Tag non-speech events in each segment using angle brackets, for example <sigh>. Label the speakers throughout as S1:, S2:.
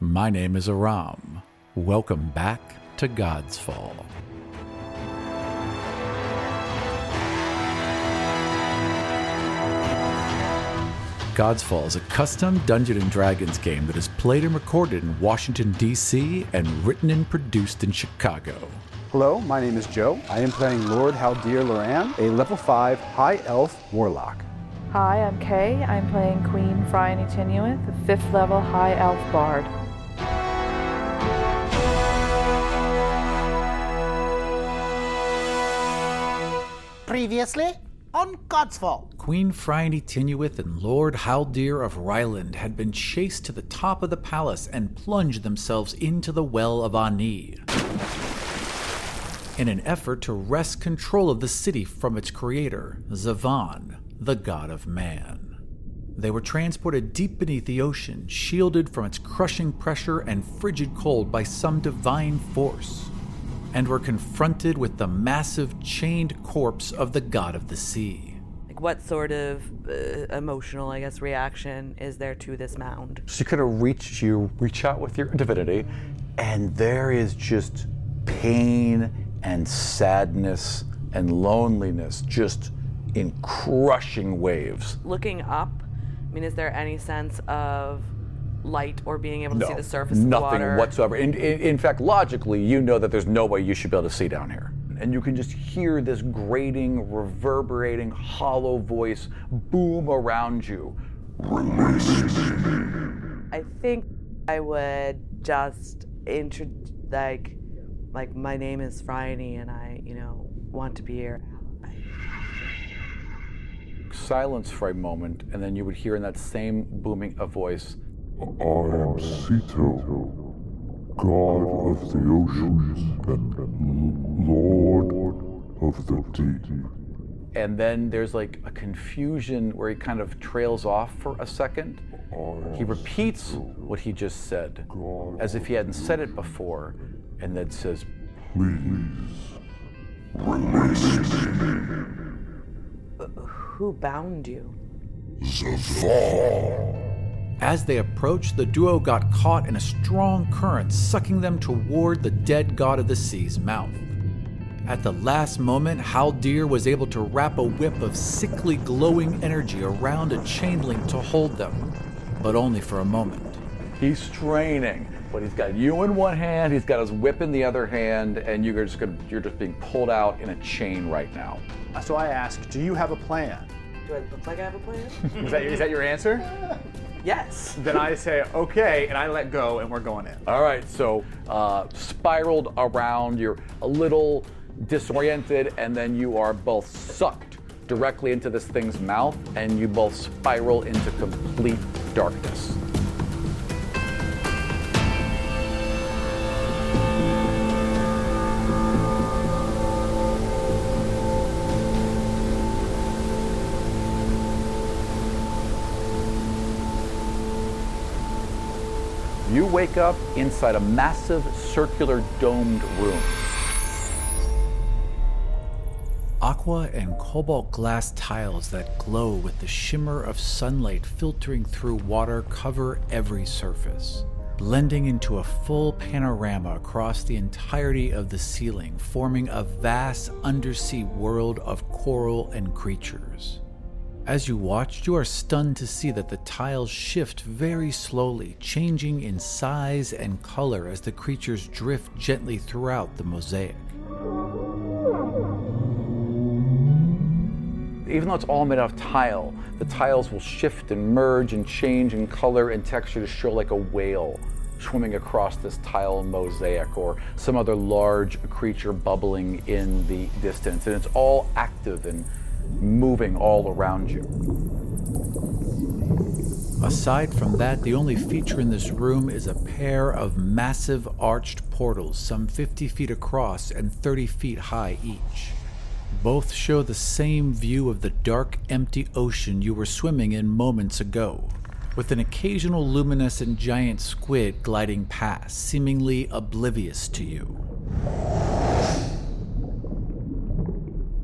S1: My name is Aram. Welcome back to God's Fall. God's Fall is a custom Dungeon and Dragons game that is played and recorded in Washington, D.C., and written and produced in Chicago.
S2: Hello, my name is Joe. I am playing Lord Haldir Loran, a level 5 high elf warlock.
S3: Hi, I'm Kay. I'm playing Queen Frian Itinuant, the fifth level high elf bard.
S4: Previously on God's Fall.
S1: Queen Phryne Tinuith and Lord Haldir of Ryland had been chased to the top of the palace and plunged themselves into the Well of Ani in an effort to wrest control of the city from its creator, Zavan, the god of man. They were transported deep beneath the ocean, shielded from its crushing pressure and frigid cold by some divine force, and were confronted with the massive chained corpse of the god of the sea.
S5: Like, what sort of uh, emotional, I guess, reaction is there to this mound?
S6: So you kind of reach, you reach out with your divinity, and there is just pain and sadness and loneliness just in crushing waves.
S5: Looking up, I mean, is there any sense of light or being able to see the surface of the
S6: nothing
S5: water?
S6: whatsoever. In, in, in fact, logically, you know that there's no way you should be able to see down here. And you can just hear this grating, reverberating, hollow voice boom around you.
S5: I think I would just intro like like my name is Friday and I, you know, want to be here.
S6: Silence for a moment, and then you would hear in that same booming a voice.
S7: I am Sito, god of the oceans and l- lord of the deep.
S6: And then there's like a confusion where he kind of trails off for a second. He repeats what he just said as if he hadn't said it before, and then says,
S7: Please release me.
S5: Who bound you?
S7: Zavar.
S1: As they approached, the duo got caught in a strong current, sucking them toward the dead god of the sea's mouth. At the last moment, Haldir was able to wrap a whip of sickly glowing energy around a chain link to hold them, but only for a moment.
S6: He's straining, but he's got you in one hand, he's got his whip in the other hand, and you're just gonna, you're just being pulled out in a chain right now.
S8: Uh,
S2: So I ask, do you have a plan?
S5: Do I look like I have a
S6: <laughs>
S5: plan?
S8: Is that, is that your answer?
S5: yes.
S8: Then I say, okay, and I let go, and we're going in.
S6: All right, so uh, spiraled around, you're a little disoriented, and then you are both sucked directly into this thing's mouth, and you both spiral into complete darkness. You wake up inside a massive circular domed room.
S1: Aqua and cobalt glass tiles that glow with the shimmer of sunlight filtering through water cover every surface, blending into a full panorama across the entirety of the ceiling, forming a vast undersea world of coral and creatures. As you watch, you are stunned to see that the tiles shift very slowly, changing in size and color as the creatures drift gently throughout the mosaic.
S6: Even though it's all made out of tile, the tiles will shift and merge and change in color and texture to show like a whale swimming across this tile mosaic or some other large creature bubbling in the distance. And it's all active and moving all around you.
S1: Aside from that, the only feature in this room is a pair of massive arched portals, some 50 feet across and 30 feet high each. Both show the same view of the dark, empty ocean you were swimming in moments ago, with an occasional luminescent giant squid gliding past, seemingly oblivious to you.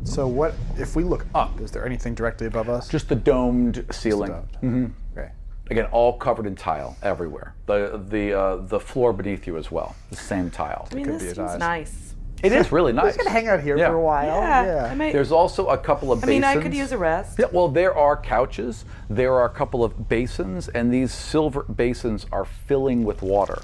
S2: So what if we look up? Is there anything directly above us?
S6: Just the domed ceiling. Mm-hmm.
S2: Just about. Okay.
S6: Again, all covered in tile everywhere. The the uh, the floor beneath you as well. The same tile.
S5: I mean, this seems nice.
S6: It is really nice.
S9: Just gonna hang out here
S6: Yeah.
S9: for a while.
S5: Yeah, I might.
S6: There's also a couple of
S5: I mean,
S6: basins.
S5: I could use a rest.
S6: Yeah, well, there are couches, there are a couple of basins, and these silver basins are filling with water.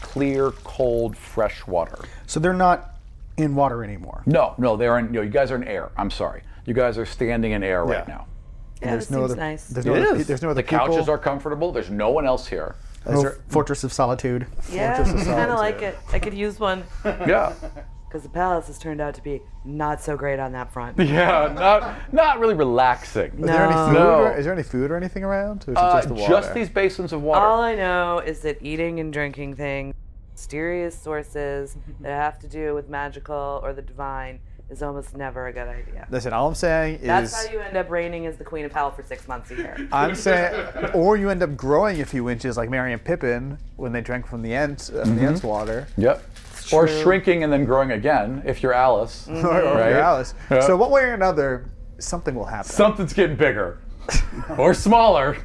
S6: Clear, cold, fresh water.
S10: So they're not in water anymore.
S6: No, no, they're in. No, you guys are in air. I'm sorry. You guys are standing in air right
S10: Yeah.
S6: now.
S5: Yeah, this
S10: no
S5: seems
S10: other-
S5: nice.
S10: there's no
S6: It
S10: other,
S6: is.
S10: There's no other
S6: the couches
S10: people.
S6: are comfortable. There's no one else here.
S10: No Fortress of Solitude.
S5: yeah, <laughs> kind of like it. I could use <laughs> one
S6: Yeah,
S5: because the palace has turned out to be not so great on
S11: <laughs>
S5: that
S6: <laughs>
S5: front.
S6: yeah, not not really relaxing.
S5: No.
S11: there any food
S6: No.
S11: or- is there any food or anything around? Or is it
S6: Uh,
S11: just the water?
S6: just these basins of water.
S5: All I know is that eating and drinking things, mysterious <laughs> sources that have to do with magical or the divine, is almost never a good idea.
S11: Listen, all I'm saying
S5: That's
S11: is
S5: how you end up reigning as the queen of hell for six months a
S11: <laughs>
S5: year.
S11: I'm saying, or you end up growing a few inches like Mary and Pippin when they drank from the ant, uh,
S6: Mm-hmm.
S11: the ant's water,
S6: Yep. Or shrinking and then growing again if you're Alice.
S11: or, or
S6: Right.
S11: Alice.
S6: Yeah.
S11: So one way or another, something will happen.
S6: Something's getting bigger or smaller.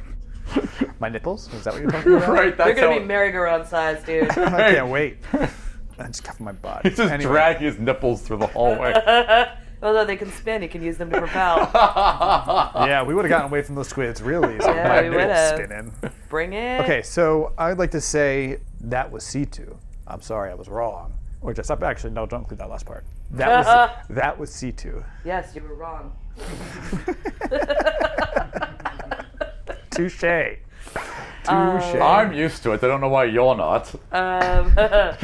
S6: <laughs>
S11: My nipples? Is that what you're talking about?
S6: right.
S5: They're
S6: That's
S5: gonna
S6: how
S5: be merry-go-round size,
S11: <laughs>
S5: dude.
S11: I
S6: <laughs>
S11: can't wait. I just cover my body.
S6: He's just
S11: Anyway.
S6: dragging his nipples through the hallway.
S5: Although they can spin, you can use them
S11: <laughs>
S5: to propel.
S11: Yeah, we would have gotten away from those squids really. easily.
S5: Yeah, we
S6: nipples
S5: would have.
S11: Spinning.
S5: Bring it.
S11: Okay, so I'd like to say that was C2. I'm sorry, I was wrong. Or just up. Actually, no, don't include that last part. That
S5: Uh-uh.
S11: was that was <laughs>
S5: <laughs>
S11: C2.
S5: Yes, you
S11: <laughs>
S5: were wrong. <laughs>
S11: Touche. Touche.
S6: I'm used to it. I don't know why you're not.
S5: Um, <laughs> I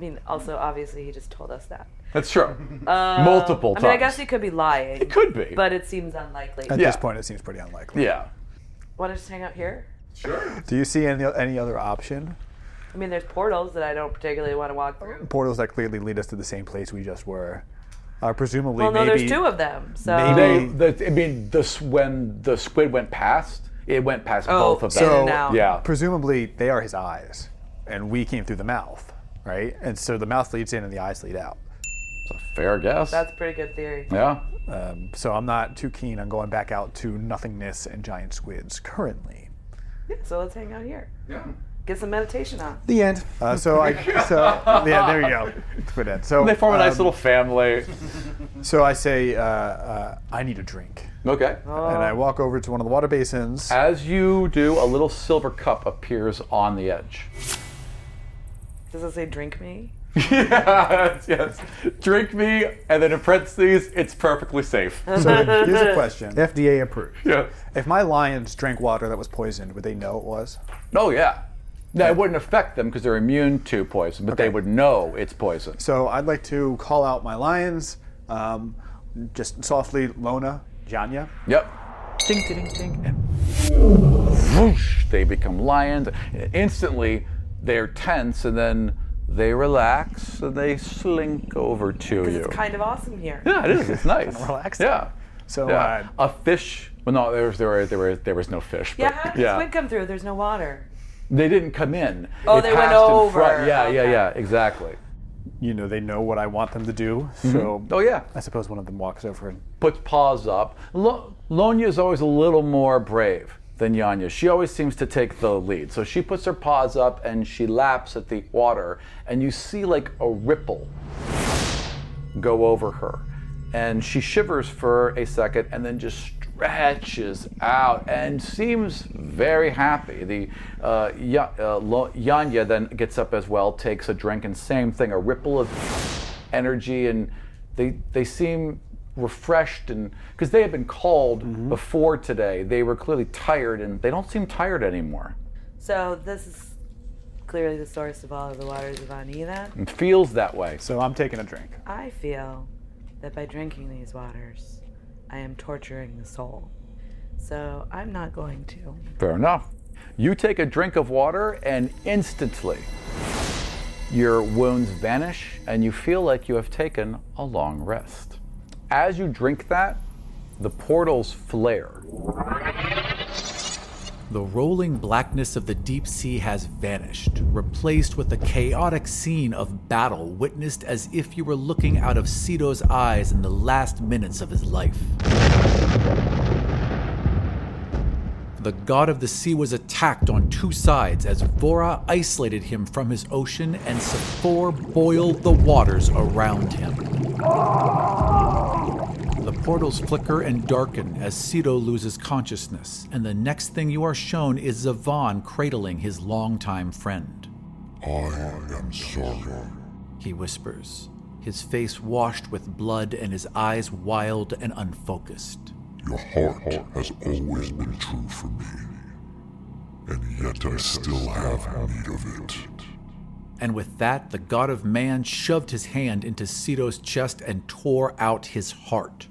S5: mean, also obviously he just told us that.
S6: That's true. Multiple
S5: I
S6: times.
S5: mean, I guess he could be lying. It
S6: could be.
S5: but it seems unlikely.
S11: At
S6: Yeah.
S11: this point, it seems pretty unlikely.
S6: yeah.
S5: Want to just hang out here?
S11: Do you see any any other option?
S5: I mean, there's portals that I don't particularly want to walk through.
S11: Portals that clearly lead us to the same place we just were. Uh, presumably,
S5: Well, no,
S11: maybe.
S5: there's two of them. So
S6: They,
S11: maybe-
S6: the, I mean, this when the squid went past, it went past
S5: Oh,
S6: both of them.
S5: in
S11: So-
S5: and out.
S6: yeah.
S11: Presumably, they are his eyes, and we came through the mouth, right? And so the mouth leads in, and the eyes lead out.
S6: Fair guess.
S5: that's a pretty good theory.
S6: yeah.
S11: So I'm not too keen on going back out to nothingness and giant squids currently.
S5: So let's hang out here. Yeah. Get some meditation on.
S10: The end.
S11: Uh, so I, so yeah, there you go. Squid end. So
S6: They form a nice
S11: um,
S6: little family.
S11: So I say, uh, uh, I need a drink,
S6: <laughs> Okay.
S11: and I walk over to one of the water basins.
S6: As you do, a little silver cup appears on the edge.
S5: Does it say drink me?
S6: <laughs> yes, yes. Drink me, and then in parentheses, it's perfectly safe.
S11: So here's
S6: <laughs>
S11: a question:
S10: FDA approved.
S6: Yeah.
S11: If my lions drank water that was poisoned, would they know it was?
S6: Oh, yeah. Now, it wouldn't affect them because they're immune to poison, but they would know it's poison.
S11: So I'd like to call out my lions, um, just softly, Lona, Janya.
S6: Yep.
S12: Ding, ding, ding, and
S6: Whoosh, they become lions. Instantly, they're tense, and then they relax and they slink over to you.
S5: It's kind of awesome here.
S6: yeah, it is. It's nice.
S11: relaxing.
S6: Yeah.
S11: So
S6: Yeah.
S11: uh,
S6: A fish. Well, no, there was there was, there was, there was no fish. But,
S5: Yeah, how did the squid come through? There's no water.
S6: They didn't come in.
S5: Oh,
S6: It
S5: they went
S6: passed
S5: over.
S6: In front. Yeah, yeah,
S5: Okay.
S6: yeah, exactly.
S11: you know they know what I want them to do. So
S6: Oh, yeah.
S11: I suppose one of them walks over and
S6: Puts paws up. Lo- Lonya is always a little more brave than Yanya. She always seems to take the lead. So she puts her paws up and she laps at the water, and you see like a ripple go over her. And she shivers for a second and then just stretches out and seems very happy. The uh, Ya- uh, Lo- Yanya then gets up as well, takes a drink, and same thing, a ripple of energy, and they they seem refreshed and because they had been called before today, they were clearly tired, and they don't seem tired anymore.
S5: So this is clearly the source of all of the waters of Anida.
S6: It feels that way.
S11: so I'm taking a drink.
S5: I feel that by drinking these waters, I am torturing the soul. So I'm not going to.
S6: Fair enough. You take a drink of water, and instantly your wounds vanish, and you feel like you have taken a long rest. As you drink that, the portals flare.
S12: The rolling blackness of the deep sea has vanished, replaced with a chaotic scene of battle witnessed as if you were looking out of Seto's eyes in the last minutes of his life.
S1: The god of the sea was attacked on two sides as Vora isolated him from his ocean and Sephor boiled the waters around him. The portals flicker and darken as Sito loses consciousness, and the next thing you are shown is Zavon cradling his longtime friend.
S7: I am sorry.
S1: he whispers, his face washed with blood and his eyes wild and unfocused.
S7: Your heart has always been true for me. And yet I still have need of it.
S1: And with that, the god of man shoved his hand into Seto's chest and tore out his heart.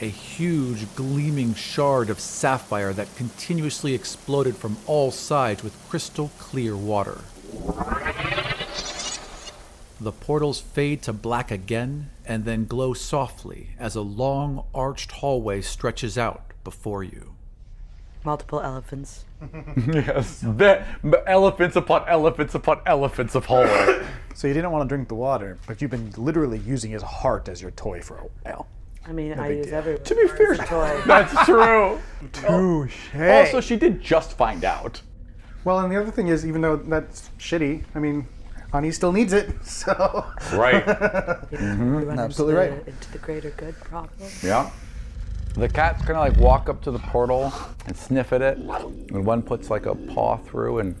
S1: A huge, gleaming shard of sapphire that continuously exploded from all sides with crystal clear water. The portals fade to black again and then glow softly as a long, arched hallway stretches out before you.
S5: Multiple elephants.
S6: yes. The, the elephants upon elephants upon elephants of hallway.
S2: So you didn't want to drink the water, but you've been literally using his heart as your toy for a while.
S5: I mean, I use everyone.
S6: to be fair, <laughs> that's true.
S2: Touche.
S6: Oh. Also, she did just find out.
S11: Well, and the other thing is, even though that's shitty, I mean, Ani still needs it. <laughs> So
S6: Right. Mm-hmm.
S11: absolutely
S5: into
S11: right.
S5: The, into the greater good problem.
S6: yeah. The cat's gonna like walk up to the portal and sniff at it, and one puts like a paw through, and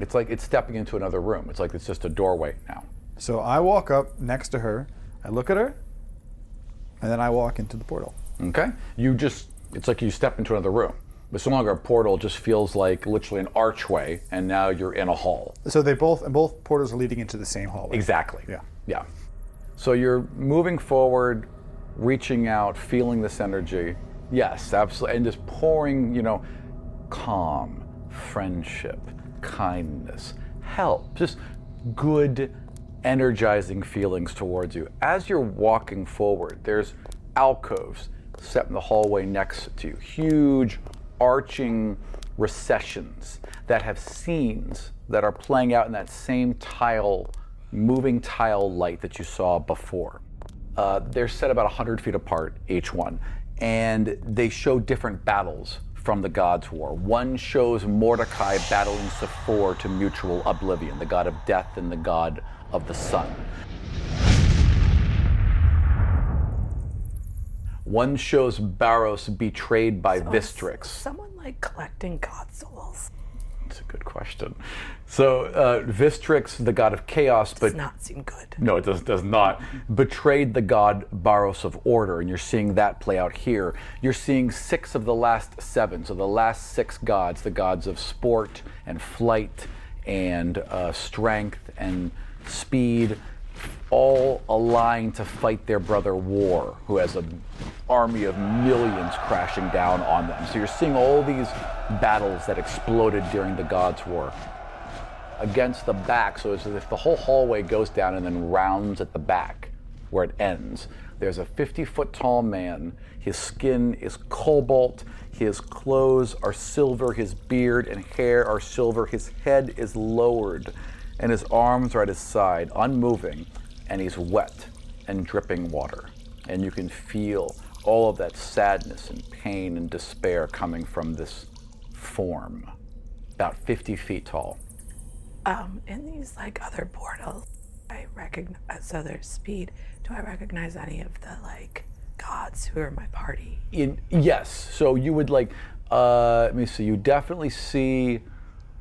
S6: it's like it's stepping into another room. It's like it's just a doorway now.
S2: So I walk up next to her, I look at her, and then I walk into the portal.
S6: Okay. You just, it's like you step into another room. It's no longer a portal, it just feels like literally an archway, and now you're in a hall.
S2: So they both and both portals are leading into the same hallway.
S6: Exactly.
S2: Yeah.
S6: Yeah. So you're moving forward, reaching out, feeling this energy. Yes, absolutely. And just pouring, you know, calm, friendship, kindness, help, just good, energizing feelings towards you. As you're walking forward, there's alcoves set in the hallway next to you, huge, arching recessions that have scenes that are playing out in that same tile, moving tile light that you saw before. Uh, they're set about 100 feet apart, each one, and they show different battles from the God's War. One shows Mordecai battling Sephor to mutual oblivion, the god of death and the god of the sun. One shows Baros betrayed by Vistrix.
S5: Someone like collecting god souls.
S6: That's a good question. So, uh, Vistrix, the god of chaos, but
S5: Does not seem good.
S6: no, it does, does not. Betrayed the god Baros of Order, and you're seeing that play out here. You're seeing six of the last seven, so the last six gods, the gods of sport and flight and uh, strength and speed, all aligned to fight their brother War, who has an army of millions crashing down on them. So you're seeing all these battles that exploded during the Gods' War against the back. So it's as if the whole hallway goes down and then rounds at the back where it ends. There's a 50 foot tall man. His skin is cobalt. His clothes are silver. His beard and hair are silver. His head is lowered. And his arms are at his side, unmoving. And he's wet and dripping water. And you can feel all of that sadness and pain and despair coming from this form, about 50 feet tall.
S5: Um, in these like other portals, I recognize other speed. Do I recognize any of the like gods who are my party?
S6: in yes so you would like uh, let me see you definitely see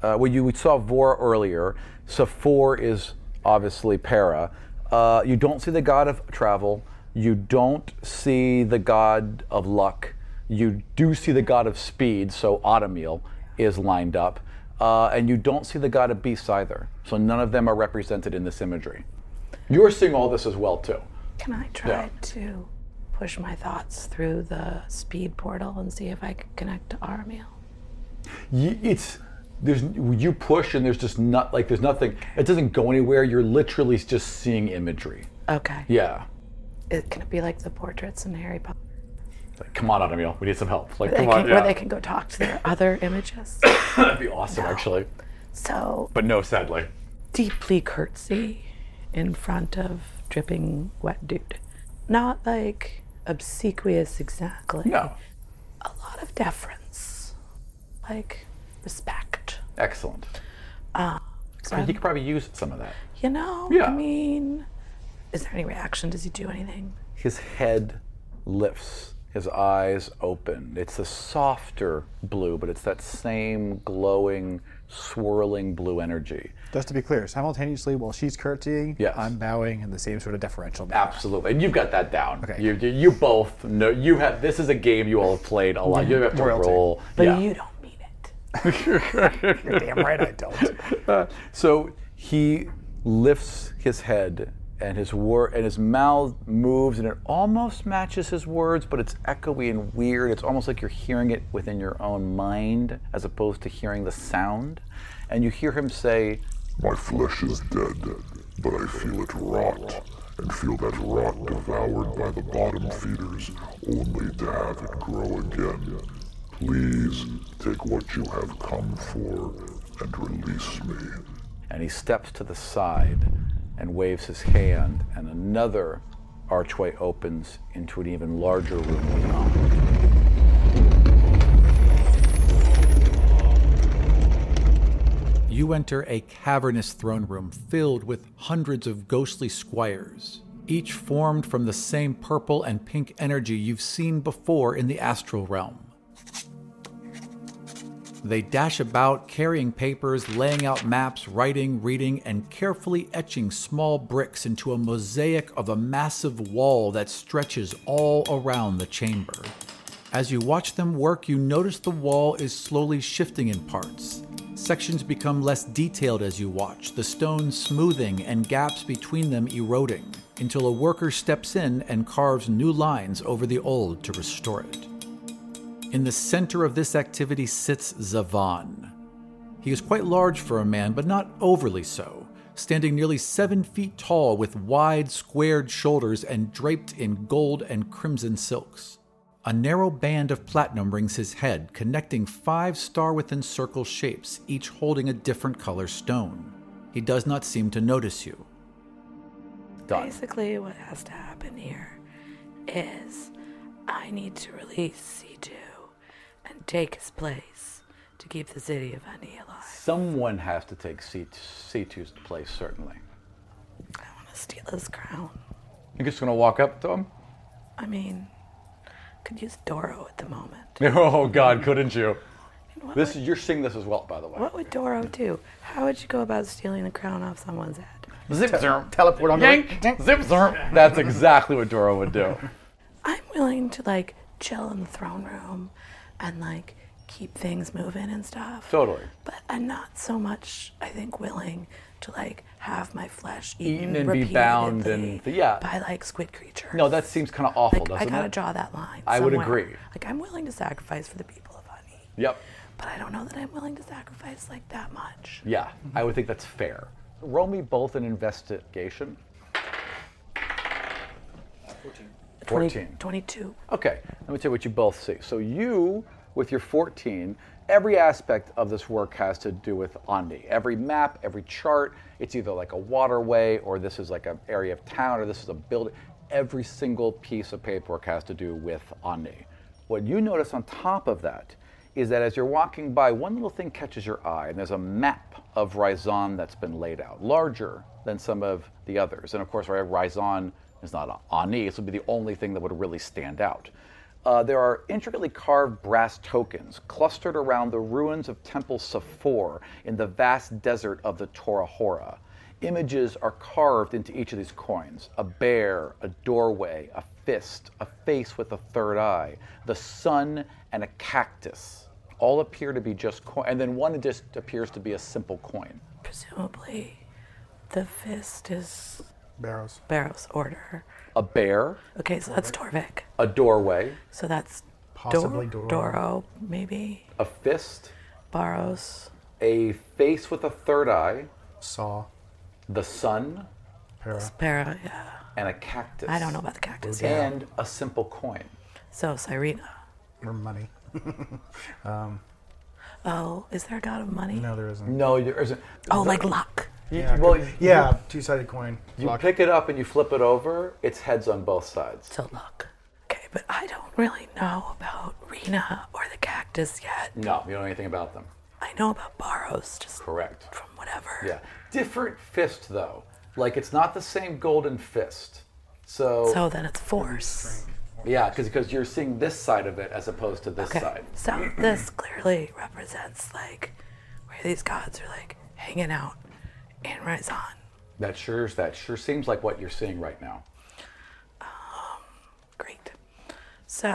S6: uh, well you we saw Vora earlier so four is obviously para uh, you don't see the god of travel you don't see the god of luck you do see the god of speed so Automeal is lined up uh, and you don't see the god of beasts either so none of them are represented in this imagery you're seeing all this as well too
S5: Can I try to push my thoughts through the speed portal and see if I could connect to Armiel?
S6: Y- it's there's you push and there's just not like there's nothing it doesn't go anywhere you're literally just seeing imagery
S5: Okay.
S6: yeah
S5: It, can it be like the portraits in Harry Potter?
S6: like, come on Automil. we need some help like
S5: They
S6: come on
S5: can-
S6: yeah.
S5: Where they can go talk to their other images.
S6: that'd be awesome actually
S5: So
S6: but no sadly
S5: deeply curtsy in front of dripping wet dude. Not like obsequious exactly.
S6: no
S5: a lot of deference, like respect.
S6: Excellent.
S5: Uh,
S6: I mean, he could probably use some of that.
S5: You know,
S6: Yeah.
S5: I mean, is there any reaction? Does he do anything?
S6: His head lifts, his eyes open. It's a softer blue, but it's that same glowing, swirling blue energy.
S2: Just to be clear, simultaneously while she's curtsying,
S6: Yes.
S2: I'm bowing in the same sort of deferential
S6: <laughs>
S2: manner.
S6: Absolutely, and you've got that down.
S2: Okay.
S6: You, you, you both know you have. This is a game you all have played a lot. You have to
S2: Royalty.
S6: roll.
S5: But
S6: yeah.
S5: you don't mean it.
S2: Damn right I don't.
S6: So he lifts his head and his wor- and his mouth moves and it almost matches his words, but it's echoey and weird. It's almost like you're hearing it within your own mind as opposed to hearing the sound. And you hear him say,
S7: My flesh is dead, but I feel it rot, and feel that rot devoured by the bottom feeders, only to have it grow again. Please take what you have come for and release me.
S6: and he steps to the side and waves his hand, and another archway opens into an even larger room beyond.
S1: you enter a cavernous throne room filled with hundreds of ghostly squires, each formed from the same purple and pink energy you've seen before in the astral realm. They dash about carrying papers, laying out maps, writing, reading, and carefully etching small bricks into a mosaic of a massive wall that stretches all around the chamber. As you watch them work, you notice the wall is slowly shifting in parts. Sections become less detailed as you watch, the stones smoothing and gaps between them eroding, until a worker steps in and carves new lines over the old to restore it. In the center of this activity sits Zavan. He is quite large for a man, but not overly so, standing nearly seven feet tall with wide, squared shoulders and draped in gold and crimson silks. A narrow band of platinum rings his head, connecting five star within circle shapes, each holding a different color stone. He does not seem to notice you.
S6: Done.
S5: Basically, what has to happen here is I need to release C2 and take his place to keep the city of Honey alive.
S6: Someone has to take C- C2's place, certainly.
S5: I want to steal his crown.
S6: You're just going to walk up to him? <laughs>
S5: I mean, could use Doro at the moment.
S6: Oh, God, couldn't you?
S5: What
S6: This
S5: would,
S6: You're seeing this as well, by the way.
S5: what would Doro do? How would you go about stealing the crown off someone's head?
S6: Zip zerm. Teleport on Yank. Zip zerm. That's exactly what Dora would do.
S5: I'm willing to like chill in the throne room and like keep things moving and stuff.
S6: Totally.
S5: But I'm not so much, I think, willing to like have my flesh
S6: Eaten
S5: eaten,
S6: and be bound
S5: repeatedly
S6: and- yeah.
S5: by like squid creatures.
S6: No, that seems kind of awful,
S5: like, I
S6: doesn't
S5: gotta
S6: it?
S5: draw that line.
S6: I would
S5: somewhere.
S6: agree.
S5: Like I'm willing to sacrifice for the people of Honey,
S6: Yep.
S5: but I don't know that I'm willing to sacrifice like that much.
S6: Yeah, I would think that's fair. Roll me both an investigation.
S5: 20
S6: 14.
S5: 22.
S6: Okay, let me tell you what you both see. So you, with your 14, every aspect of this work has to do with Andi. Every map, every chart, it's either like a waterway or this is like an area of town or this is a building. Every single piece of paperwork has to do with Andi. What you notice on top of that is that as you're walking by, one little thing catches your eye, and there's a map of Rizon that's been laid out, larger than some of the others. And of course, right, Rizon is not Ani, this would be the only thing that would really stand out. Uh, there are intricately carved brass tokens clustered around the ruins of Temple Safor in the vast desert of the Torahora. Images are carved into each of these coins a bear, a doorway, a fist, a face with a third eye, the sun, and a cactus. All appear to be just coin, and then one just appears to be a simple coin.
S5: Presumably, the fist is
S11: Barrows.
S5: Barrow's order.
S6: A bear,
S5: Okay, so that's Torvik.
S6: a doorway,
S5: So that's
S11: Possibly Doro.
S5: Doro, maybe.
S6: a fist,
S5: Baros.
S6: a face with a third eye,
S11: Saw.
S6: the sun,
S11: Para.
S5: Para, yeah.
S6: and a cactus.
S5: I don't know about the cactus yet.
S6: And a simple coin.
S5: So Cyrena.
S11: Or money.
S5: Oh, is there a god of money?
S11: No, there isn't.
S6: No, there isn't.
S5: Oh, like luck.
S6: You-
S11: Yeah,
S6: well,
S11: yeah, two-sided coin.
S6: you
S11: Lock.
S6: pick it up and you flip it over. It's heads on both sides.
S5: So luck. Okay, but I don't really know about arena or the cactus yet.
S1: No, you don't know anything about them.
S5: I know about Barrows, just
S1: Correct.
S5: from whatever.
S1: Yeah. Different fist though. Like it's not the same golden fist. So,
S5: So then it's force.
S1: yeah, because you're seeing this side of it as opposed to this
S5: Okay.
S1: side.
S5: So this clearly represents like where these gods are like hanging out in Rizan.
S1: That sure that sure seems like what you're seeing right now.
S5: Great. So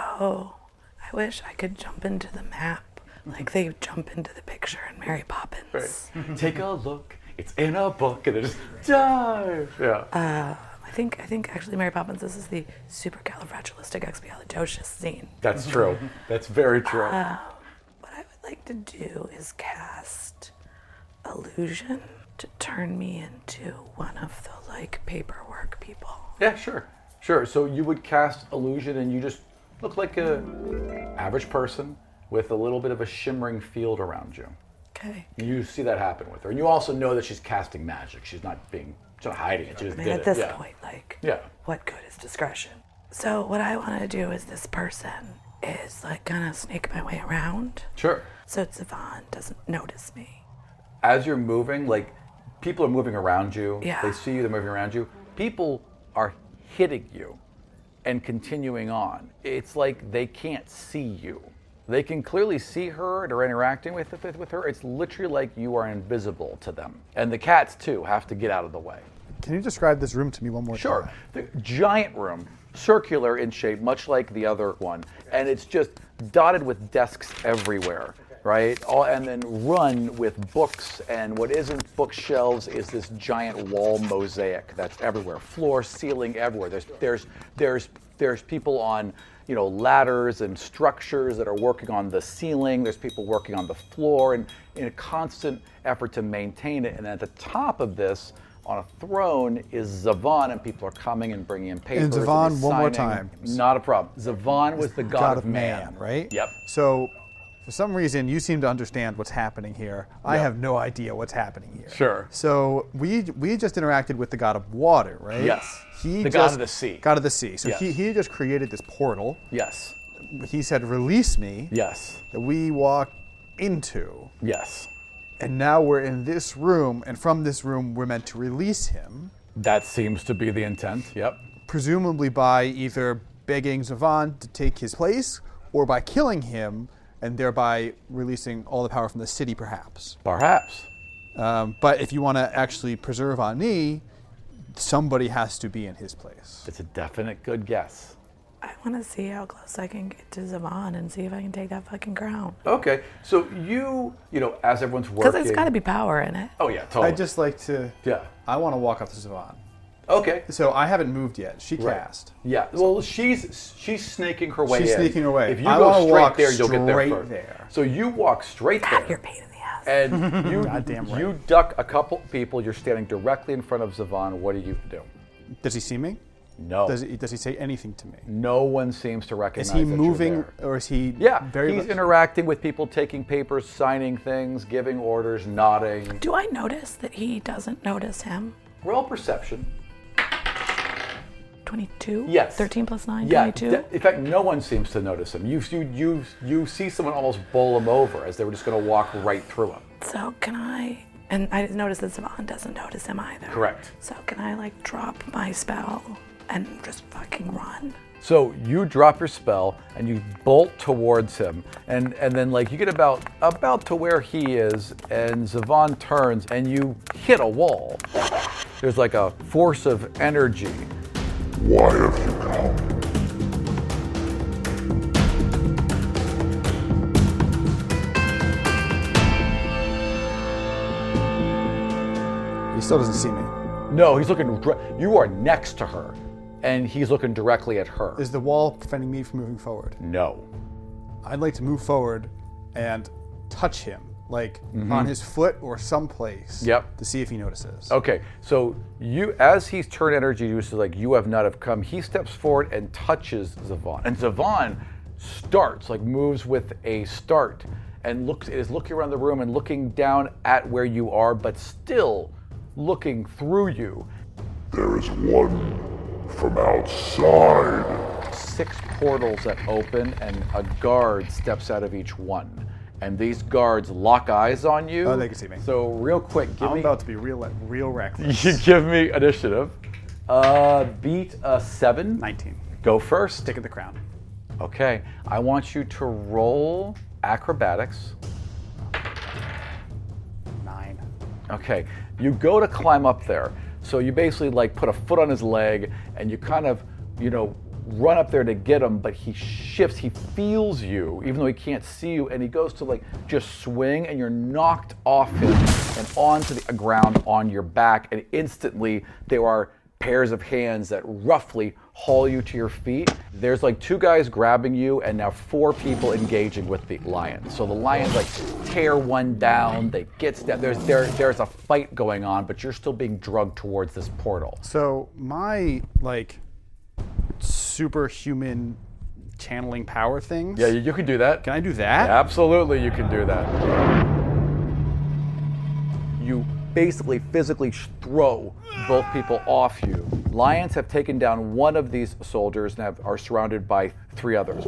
S5: I wish I could jump into the map like they jump into the picture in Mary Poppins.
S1: Take a look. It's in a book, and they just dive. Yeah.
S5: I think I think actually Mary Poppins. This is the supercalifragilisticexpialidocious scene.
S1: That's true. That's very true.
S5: Uh, What I would like to do is cast illusion to turn me into one of the like paperwork people.
S1: yeah, sure, sure. So you would cast illusion, and you just look like a average person with a little bit of a shimmering field around you.
S5: Okay.
S1: You see that happen with her, and you also know that she's casting magic. She's not being, she's not hiding it. She just
S5: I mean,
S1: did
S5: at
S1: it.
S5: this
S1: yeah.
S5: point, like,
S1: Yeah.
S5: what good is discretion? So what I want to do is this person is like gonna sneak my way around,
S1: Sure.
S5: so Savon doesn't notice me.
S1: As you're moving, like people are moving around you.
S5: Yeah.
S1: They see you. They're moving around you. People are hitting you and continuing on. It's like they can't see you. They can clearly see her and are interacting with with, with her. It's literally like you are invisible to them. And the cats too have to get out of the way.
S11: Can you describe this room to me one more
S1: Sure.
S11: time?
S1: The giant room, circular in shape, much like the other one, and it's just dotted with desks everywhere, right? All, and then run with books, and what isn't bookshelves is this giant wall mosaic that's everywhere, floor, ceiling, everywhere. There's there's there's there's people on you know ladders and structures that are working on the ceiling there's people working on the floor and in a constant effort to maintain it and at the top of this on a throne is Zavon, and people are coming and bringing in papers.
S11: Zavon,
S1: he's
S11: one more
S1: signing.
S11: time.
S1: Not a problem. Zavon was the god,
S11: God of man, right?
S1: Yep.
S11: So, for some reason, you seem to understand what's happening here. I have no idea what's happening here.
S1: Sure.
S11: So we we just interacted with the god of water, right?
S1: Yes.
S11: He
S1: The
S11: just,
S1: god of the sea.
S11: God of the sea. So he,
S1: Yes.
S11: he just created this portal.
S1: Yes.
S11: He said, "Release me."
S1: Yes.
S11: That we walk into,
S1: Yes.
S11: and now we're in this room, and from this room we're meant to release him,
S1: That seems to be the intent. Yep.
S11: presumably by either begging Zavon to take his place or by killing him, and thereby releasing all the power from the city, perhaps.
S1: Perhaps.
S11: Um, but if you want to actually preserve Ani, somebody has to be in his place.
S1: It's a definite good guess.
S5: I want to see how close I can get to Zavon and see if I can take that fucking crown.
S1: Okay. So you, you know, as everyone's working.
S5: Because there's got to be power in it.
S1: Oh yeah, totally.
S11: I just like to.
S1: Yeah.
S11: I want to walk up to Siobhan.
S1: Okay.
S11: So I haven't moved yet. She cast.
S1: Yeah. Well, she's she's snaking her way.
S11: She's
S1: in.
S11: sneaking her way.
S1: If you
S11: I
S1: go
S11: wanna
S1: straight
S11: walk
S1: there, you'll get there
S11: straight
S1: first.
S11: there.
S1: So you walk straight
S5: God,
S1: there.
S5: you're a pain in the ass.
S1: and
S11: <laughs>
S1: you you duck a couple people. You're standing directly in front of Zavon. What do you do?
S11: Does he see me?
S1: No,
S11: Does he, does he say anything to me?
S1: no one seems to recognize.
S11: Is he
S1: Oh. that you're
S11: moving
S1: there.
S11: or is he?
S1: Yeah,
S11: Very.
S1: he's interacting with people, taking papers, signing things, giving orders, nodding.
S5: Do I notice that he doesn't notice him?
S1: Roll perception.
S5: 22?
S1: Yes.
S5: 13 plus 9,
S1: Yeah.
S5: 22?
S1: de- in fact, no one seems to notice him. You you you you see someone almost bowl him over as they were just going to walk right through him.
S5: So can I? And I noticed that Savon doesn't notice him either.
S1: Correct.
S5: So can I like drop my spell and just fucking run?
S1: So you drop your spell and you bolt towards him, and and then like you get about about to where he is, and Zavon turns and you hit a wall. There's like a force of energy.
S7: Why have you come?
S11: He still doesn't see me.
S1: No, he's looking. dir- You are next to her, and he's looking directly at her.
S11: Is the wall preventing me from moving forward?
S1: no.
S11: I'd like to move forward and touch him, like on his foot or someplace.
S1: Mm-hmm. Yep. Oh,
S11: To see if he notices.
S1: Okay, so you, as he's turned energy to you, so like you have not have come. He steps forward and touches Zavon, and Zavon starts, like moves with a start, and looks is looking around the room and looking down at where you are, but still looking through you.
S7: There is one from outside.
S1: Six portals that open, and a guard steps out of each one. And these guards lock eyes on you.
S6: Oh, they can see me.
S1: So real quick, give
S11: I'm
S1: me
S11: about to be real, real
S1: <laughs>
S11: reckless.
S1: you <laughs> give me initiative. Uh, beat a seven.
S11: 19.
S1: Go first.
S11: Taking the crown.
S1: Okay, I want you to roll acrobatics.
S11: Nine.
S1: Okay, you go to climb up there. So you basically like put a foot on his leg and you kind of, you know, run up there to get him, but he shifts, he feels you, even though he can't see you, and he goes to like just swing and you're knocked off him and onto the ground on your back, and instantly there are pairs of hands that roughly haul you to your feet. There's like two guys grabbing you, and now four people engaging with the lion. So the lions like tear one down. They get stabbed. There's there there's a fight going on, but you're still being drugged towards this portal.
S6: So my like
S11: Superhuman channeling power things.
S1: Yeah, you, you can do that.
S6: can I do that?
S1: Absolutely, you can do that. You basically physically sh- throw both people off you. Lions have taken down one of these soldiers and have, are surrounded by three others.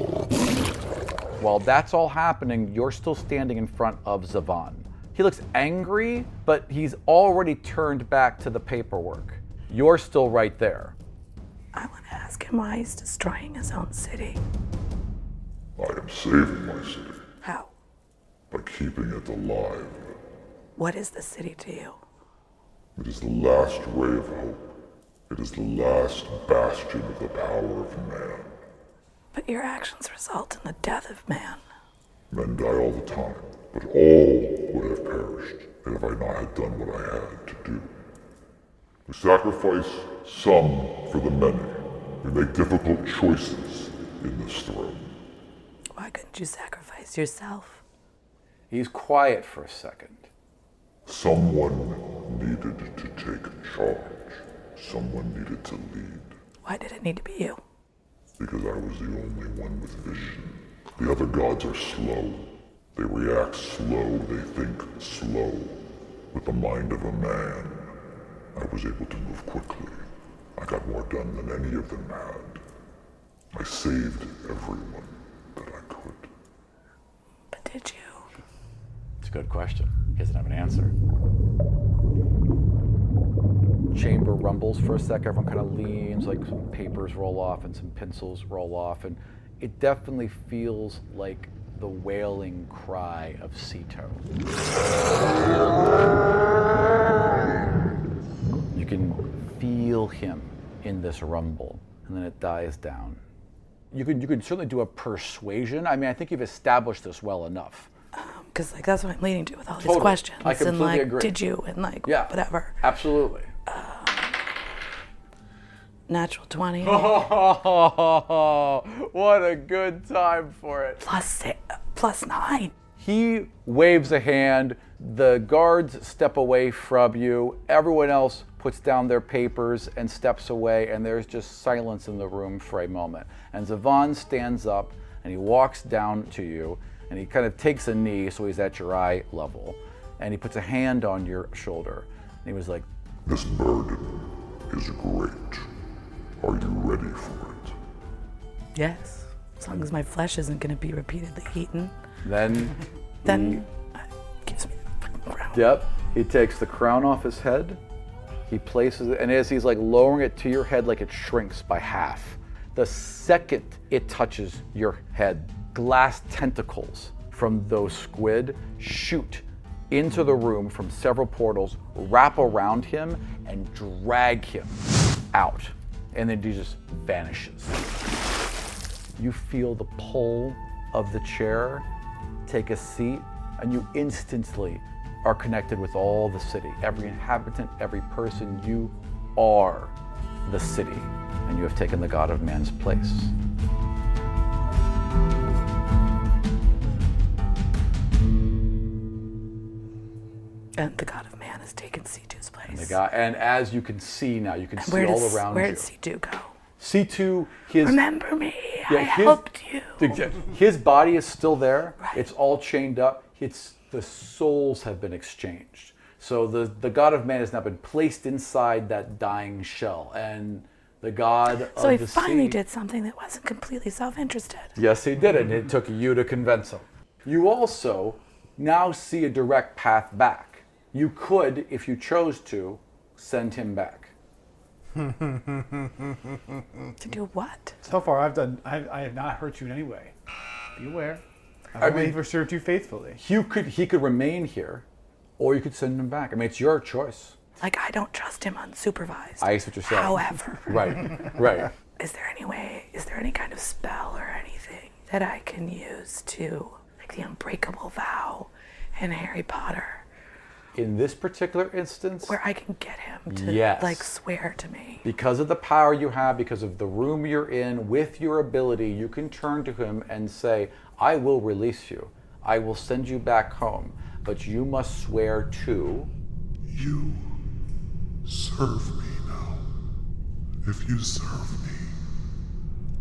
S1: While that's all happening, you're still standing in front of Zavon. He looks angry, but he's already turned back to the paperwork. You're still right there.
S5: I want to ask him why he's destroying his own city.
S7: I am saving my city
S5: How?
S7: by keeping it alive.
S5: What is the city to you?
S7: It is the last ray of hope. It is the last bastion of the power of man.
S5: But your actions result in the death of man.
S7: Men die all the time, but all would have perished if I not had done what I had to do. We sacrifice some for the many. We make difficult choices in this throne.
S5: Why couldn't you sacrifice yourself?
S1: He's quiet for a second.
S7: Someone needed to take charge. Someone needed to lead.
S5: Why did it need to be you?
S7: Because I was the only one with vision. The other gods are slow. They react slow. They think slow. With the mind of a man, I was able to move quickly. I got more done than any of them had. I saved everyone that I could.
S5: But did you?
S1: It's a good question. He doesn't have an answer. Chamber rumbles for a second. Everyone kind of leans, like some papers roll off and some pencils roll off, and it definitely feels like the wailing cry of Ceto. You can feel him in this rumble, and then it dies down. You could you could certainly do a persuasion. I mean, I think you've established this well enough.
S5: Because like that's what I'm leading to with all these
S1: Totally. I
S5: questions and
S1: completely
S5: like
S1: agree.
S5: did you and like
S1: Yeah.
S5: whatever.
S1: Absolutely.
S5: Natural
S1: <laughs>
S5: twenty
S1: Oh, what a good time for it.
S5: plus six, plus nine.
S1: He waves a hand, the guards step away from you, everyone else puts down their papers and steps away, and there's just silence in the room for a moment. And Zavon stands up and he walks down to you and he kind of takes a knee so he's at your eye level and he puts a hand on your shoulder. And he was like,
S7: This burden is great. Are you ready for it?
S5: Yes. As long as my flesh isn't going to be repeatedly eaten,
S1: then
S5: then
S1: Mm.
S5: it gives me the fucking crown.
S1: Yep. He takes the crown off his head. He places it, and as he's like lowering it to your head, like it shrinks by half. The second it touches your head, glass tentacles from those squid shoot into the room from several portals, wrap around him, and drag him out. And then he just vanishes. You feel the pull of the chair, take a seat, and you instantly are connected with all the city. Every inhabitant, every person, you are the city, and you have taken the God of Man's place.
S5: And the god of man has taken C2's
S1: The
S5: place.
S1: guy, and as you can see now, you can see
S5: where
S1: all
S5: does,
S1: around
S5: where
S1: you.
S5: did C2 go?
S1: C2, his
S5: Remember me. I
S1: Yeah, his-
S5: helped you.
S1: the- his body is still there. It's all chained up. It's the souls have been exchanged. So the the God of Man has now been placed inside that dying shell, and
S6: the god
S5: So
S6: of
S5: he
S6: the
S5: finally
S6: sea.
S5: did something that wasn't completely self interested.
S6: Yes, he did, and it took you to convince him. You also now see a direct path back. You could, if you chose to, send him back.
S5: To do what?
S2: So far, I've done. I, I have not hurt you in any way. Beware. I've only
S6: mean-
S2: ever served you faithfully.
S6: You could, he could remain here, or you could send him back. I mean, it's your choice.
S5: Like, I don't trust him unsupervised.
S6: I see what you're saying.
S5: However,
S6: Right, right.
S5: is there any way, is there any kind of spell or anything that I can use to, like the unbreakable vow in Harry Potter,
S6: In this particular instance,
S5: where I can get him to,
S6: Yes.
S5: like, swear to me?
S6: because of the power you have, because of the room you're in, with your ability, you can turn to him and say, I will release you. I will send you back home, but you must swear to.
S7: You serve me now. If you serve me,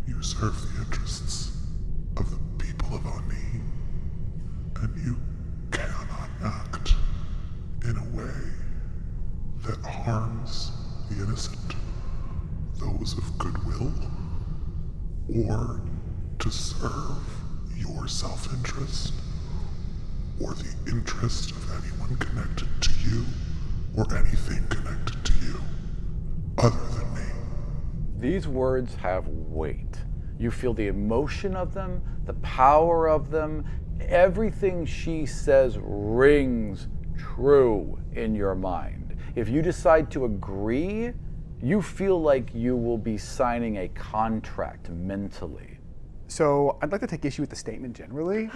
S7: you serve the interests of the people of Oni. And you cannot act in a way that harms the innocent, those of goodwill, or to serve your self interest or the interest of anyone connected to you or anything connected to you other than me.
S6: These words have weight. You feel the emotion of them, the power of them. Everything she says rings true in your mind. If you decide to agree, you feel like you will be signing a contract mentally.
S11: So I'd like to take issue with the statement generally.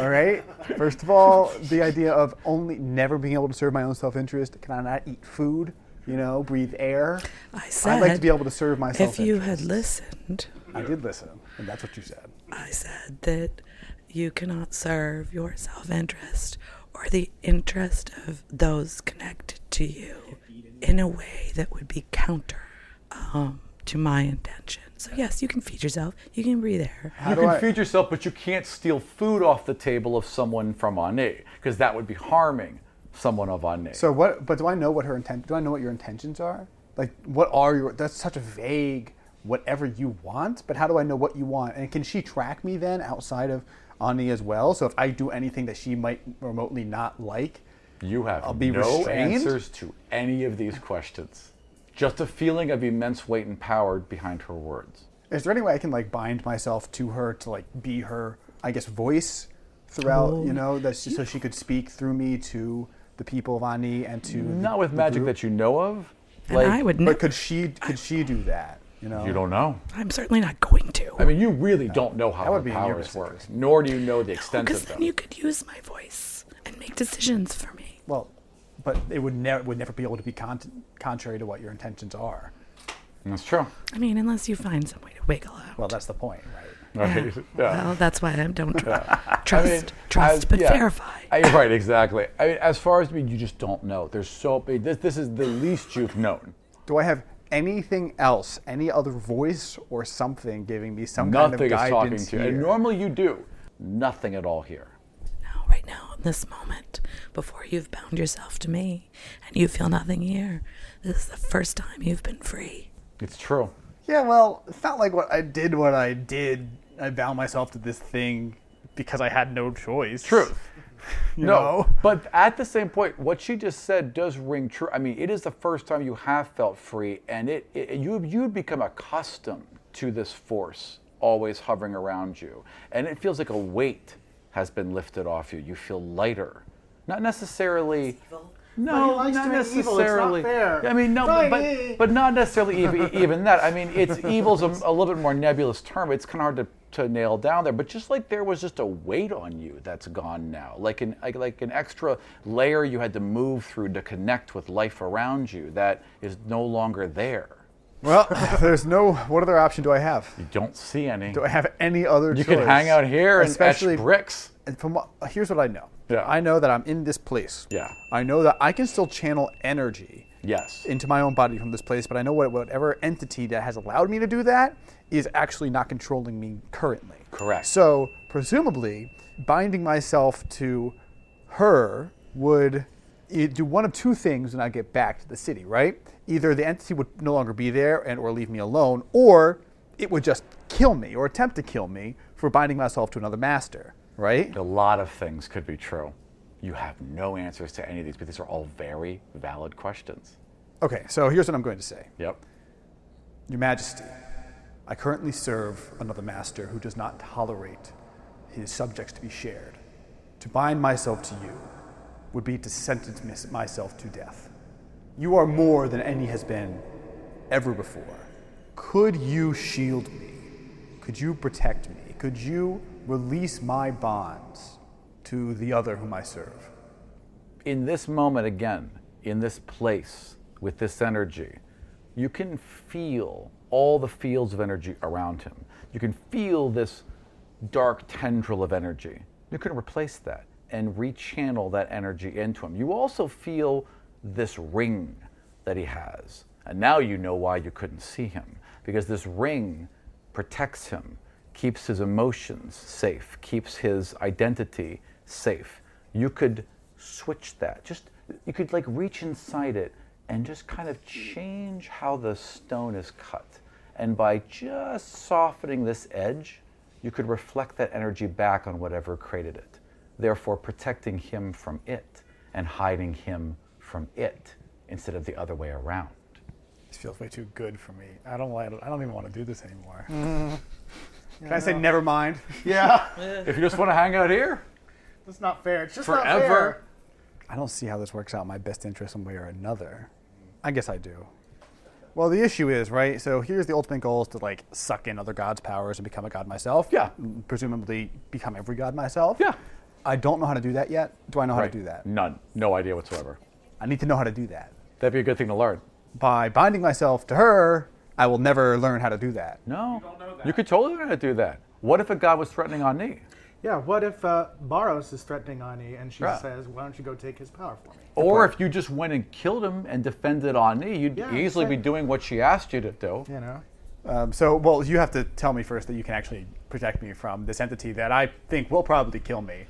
S11: All right. First of all, the idea of only never being able to serve my own self-interest. Can I not eat food? You know, breathe air.
S5: I said,
S11: I'd like to be able to serve myself.
S5: If you had listened,
S11: I did listen, and that's what you said.
S5: I said that you cannot serve your self interest or the interest of those connected to you in a way that would be counter um, to my intention. So, yes, you can feed yourself, you can breathe air.
S6: you can feed yourself, but you can't steal food off the table of someone from Ane, because that would be harming someone of Ane.
S11: So what? But do I know what her intent? Do I know what your intentions are? Like, what are your? That's such a vague. Whatever you want, but how do I know what you want? And can she track me then outside of Ani as well? So if I do anything that she might remotely not like,
S6: You have
S11: I'll be
S6: no
S11: restrained?
S6: answers to any of these questions. Just a feeling of immense weight and power behind her words.
S11: Is there any way I can like bind myself to her to like be her, I guess, voice throughout? You know, that's just so she could speak through me to the people of Ani and to the-
S6: Not with
S11: the
S6: magic
S11: group.
S6: that you know of.
S5: And I would
S11: But
S5: not,
S11: could she could she do that? You know,
S6: You don't know.
S5: I'm certainly not going to.
S6: I mean, you really don't know how
S11: would
S6: her
S11: be in your
S6: powers
S11: best
S6: work,
S11: interest.
S6: nor do you know the extent
S5: because
S6: of
S5: Oh, then
S6: them.
S5: you could use my voice and make decisions for me.
S11: Well, but it would never would never be able to be con- contrary to what your intentions are.
S6: That's true. <laughs>
S5: I mean, unless you find some way to wiggle
S11: <laughs>
S5: out.
S11: Well, that's the point, right?
S5: Yeah. Well, that's why I don't tr-
S6: I
S5: trust,
S6: mean,
S5: trust,
S6: as-
S5: but
S6: yeah.
S5: verify.
S6: I- right, exactly. I mean, as far as I mean, you just don't know. There's so I mean, this. This is the least you've known.
S11: Do I have anything else, any other voice or something giving me some
S6: Nothing is
S11: kind of
S6: talking
S11: guidance
S6: to you. And
S11: here?
S6: normally you do. Nothing at all here.
S5: now, right now, in this moment, before you've bound yourself to me and you feel nothing here, this is the first time you've been free.
S6: It's true.
S11: Yeah, well, it's not like what I did. What I did, I bound myself to this thing because I had no choice.
S6: Truth.
S11: <laughs> You
S6: No,
S11: <laughs> know?
S6: but at the same point, what she just said does ring true. I mean, it is the first time you have felt free, and it, it you you become accustomed to this force always hovering around you, and it feels like a weight has been lifted off you. You feel lighter, not necessarily.
S4: But he
S6: No,
S4: likes
S6: not
S4: doing evil, it's not
S6: necessarily.
S4: fair.
S6: I mean, no,
S4: Right.
S6: but but not necessarily even, even that. I mean,
S4: <laughs>
S6: it's evil's a, a little bit more nebulous term. It's kind of hard to, to nail down there. But just like there was just a weight on you that's gone now, like an like, like an extra layer you had to move through to connect with life around you that is no longer there.
S11: <laughs> Well, there's no. What other option do I have?
S6: You don't see any.
S11: Do I have any other?
S6: you could hang out here and
S11: especially
S6: etch bricks.
S11: and from what, here's what I know.
S6: Yeah.
S11: I know that I'm in this place.
S6: Yeah.
S11: I know that I can still channel energy
S6: Yes.
S11: into my own body from this place, but I know what whatever entity that has allowed me to do that is actually not controlling me currently.
S6: Correct.
S11: So presumably, binding myself to her would you do one of two things when I get back to the city, right? Either the entity would no longer be there and or leave me alone, or it would just kill me or attempt to kill me for binding myself to another master, right?
S6: A lot of things could be true. You have no answers to any of these, but these are all very valid questions.
S11: Okay, so here's what I'm going to say.
S6: Yep.
S11: Your Majesty, I currently serve another master who does not tolerate his subjects to be shared. To bind myself to you would be to sentence mys- myself to death. You are more than any has been ever before. Could you shield me? Could you protect me? Could you release my bonds to the other whom I serve?
S6: in this moment again, in this place, with this energy, you can feel all the fields of energy around him. You can feel this dark tendril of energy. You can replace that and rechannel that energy into him. You also feel this ring that he has. And now you know why you couldn't see him, because this ring protects him, keeps his emotions safe, keeps his identity safe. You could switch that. Just you could like reach inside it and just kind of change how the stone is cut. And by just softening this edge, you could reflect that energy back on whatever created it, therefore protecting him from it and hiding him from it instead of the other way around.
S2: This feels way too good for me. I don't want. I don't even want to do this
S11: <laughs>
S2: anymore. Can I say never mind?
S4: Yeah.
S6: If you just want to hang out here,
S4: That's not fair. It's just not
S6: Forever.
S4: fair.
S11: I don't see how this works out in my best interest one way or another. I guess I do. Well, the issue is, right? So here's the ultimate goal is to like suck in other gods' powers and become a god myself.
S6: Yeah.
S11: Presumably become every god myself.
S6: Yeah.
S11: I don't know how to do that yet. Do I know how
S6: Right.
S11: to do that?
S6: None. No idea whatsoever.
S11: I need to know how to do that.
S6: That'd be a good thing to learn.
S11: By binding myself to her, I will never learn how to do that.
S6: No. You, could totally learn how to do that. What if a god was threatening on me?
S13: Yeah, what if uh, Baros is threatening Ani and she
S6: Right.
S13: says, why don't you go take his power for me?
S6: Or if you just went and killed him and defended on me, you'd
S13: Yeah,
S6: easily be
S13: exactly.
S6: doing what she asked you to do.
S13: You know?
S11: Um, so, well, you have to tell me first that you can actually protect me from this entity that I think will probably kill me,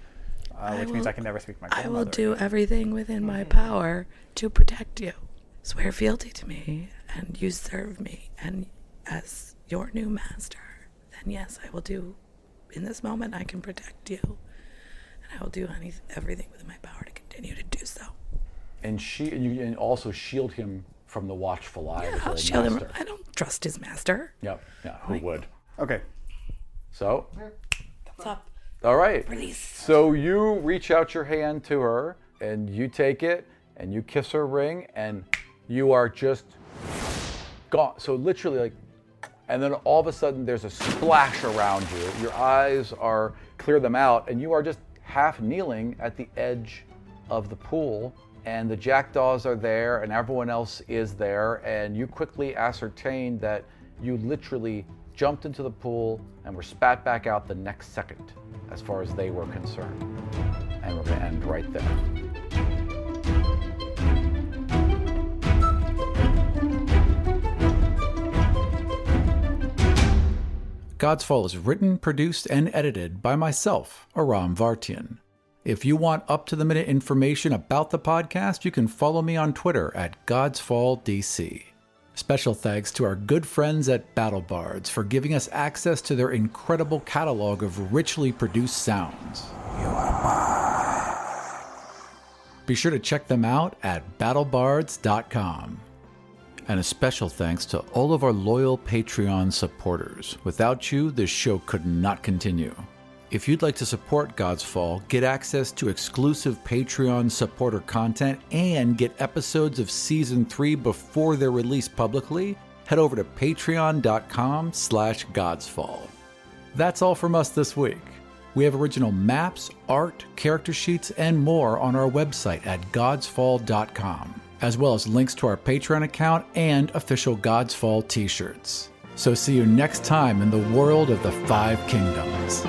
S11: uh,
S5: I
S11: which means I
S5: will-
S11: can never speak my
S5: I
S11: grandmother. Mm-hmm.
S5: will do everything within my power to protect you. Swear fealty to me, and you serve me, and as your new master, then yes, I will do. In this moment, I can protect you, and I will do any, everything within my power to continue to do so.
S6: and she and you and also shield him from the watchful eye of the
S5: I'll
S6: old
S5: shield him.
S6: master.
S5: I don't trust his master.
S6: Yep. Yeah. Who would?
S11: Okay.
S6: So,
S5: That's up.
S6: all right.
S5: Release.
S6: So you reach out your hand to her and you take it and you kiss her ring and you are just gone. So literally like and then all of a sudden there's a splash around you. Your eyes are clear them out and you are just half kneeling at the edge of the pool and the jackdaws are there and everyone else is there and you quickly ascertain that you literally jumped into the pool and were spat back out the next second as far as they were concerned. And we're going to end right there.
S1: God's Fall is written, produced, and edited by myself, Aram Vartian. If you want up to the minute information about the podcast, you can follow me on Twitter at God's Fall DC. Special thanks to our good friends at BattleBards for giving us access to their incredible catalog of richly produced sounds. Be sure to check them out at battlebards.com. And a special thanks to all of our loyal Patreon supporters. Without you, this show could not continue. If you'd like to support God's Fall, get access to exclusive Patreon supporter content and get episodes of season 3 before they're released publicly, head over to patreon.com/godsfall. slash Godsfall. That's all from us this week. We have original maps, art, character sheets, and more on our website at godsfall.com, as well as links to our Patreon account and official Gods Fall t shirts. So see you next time in the world of the Five Kingdoms.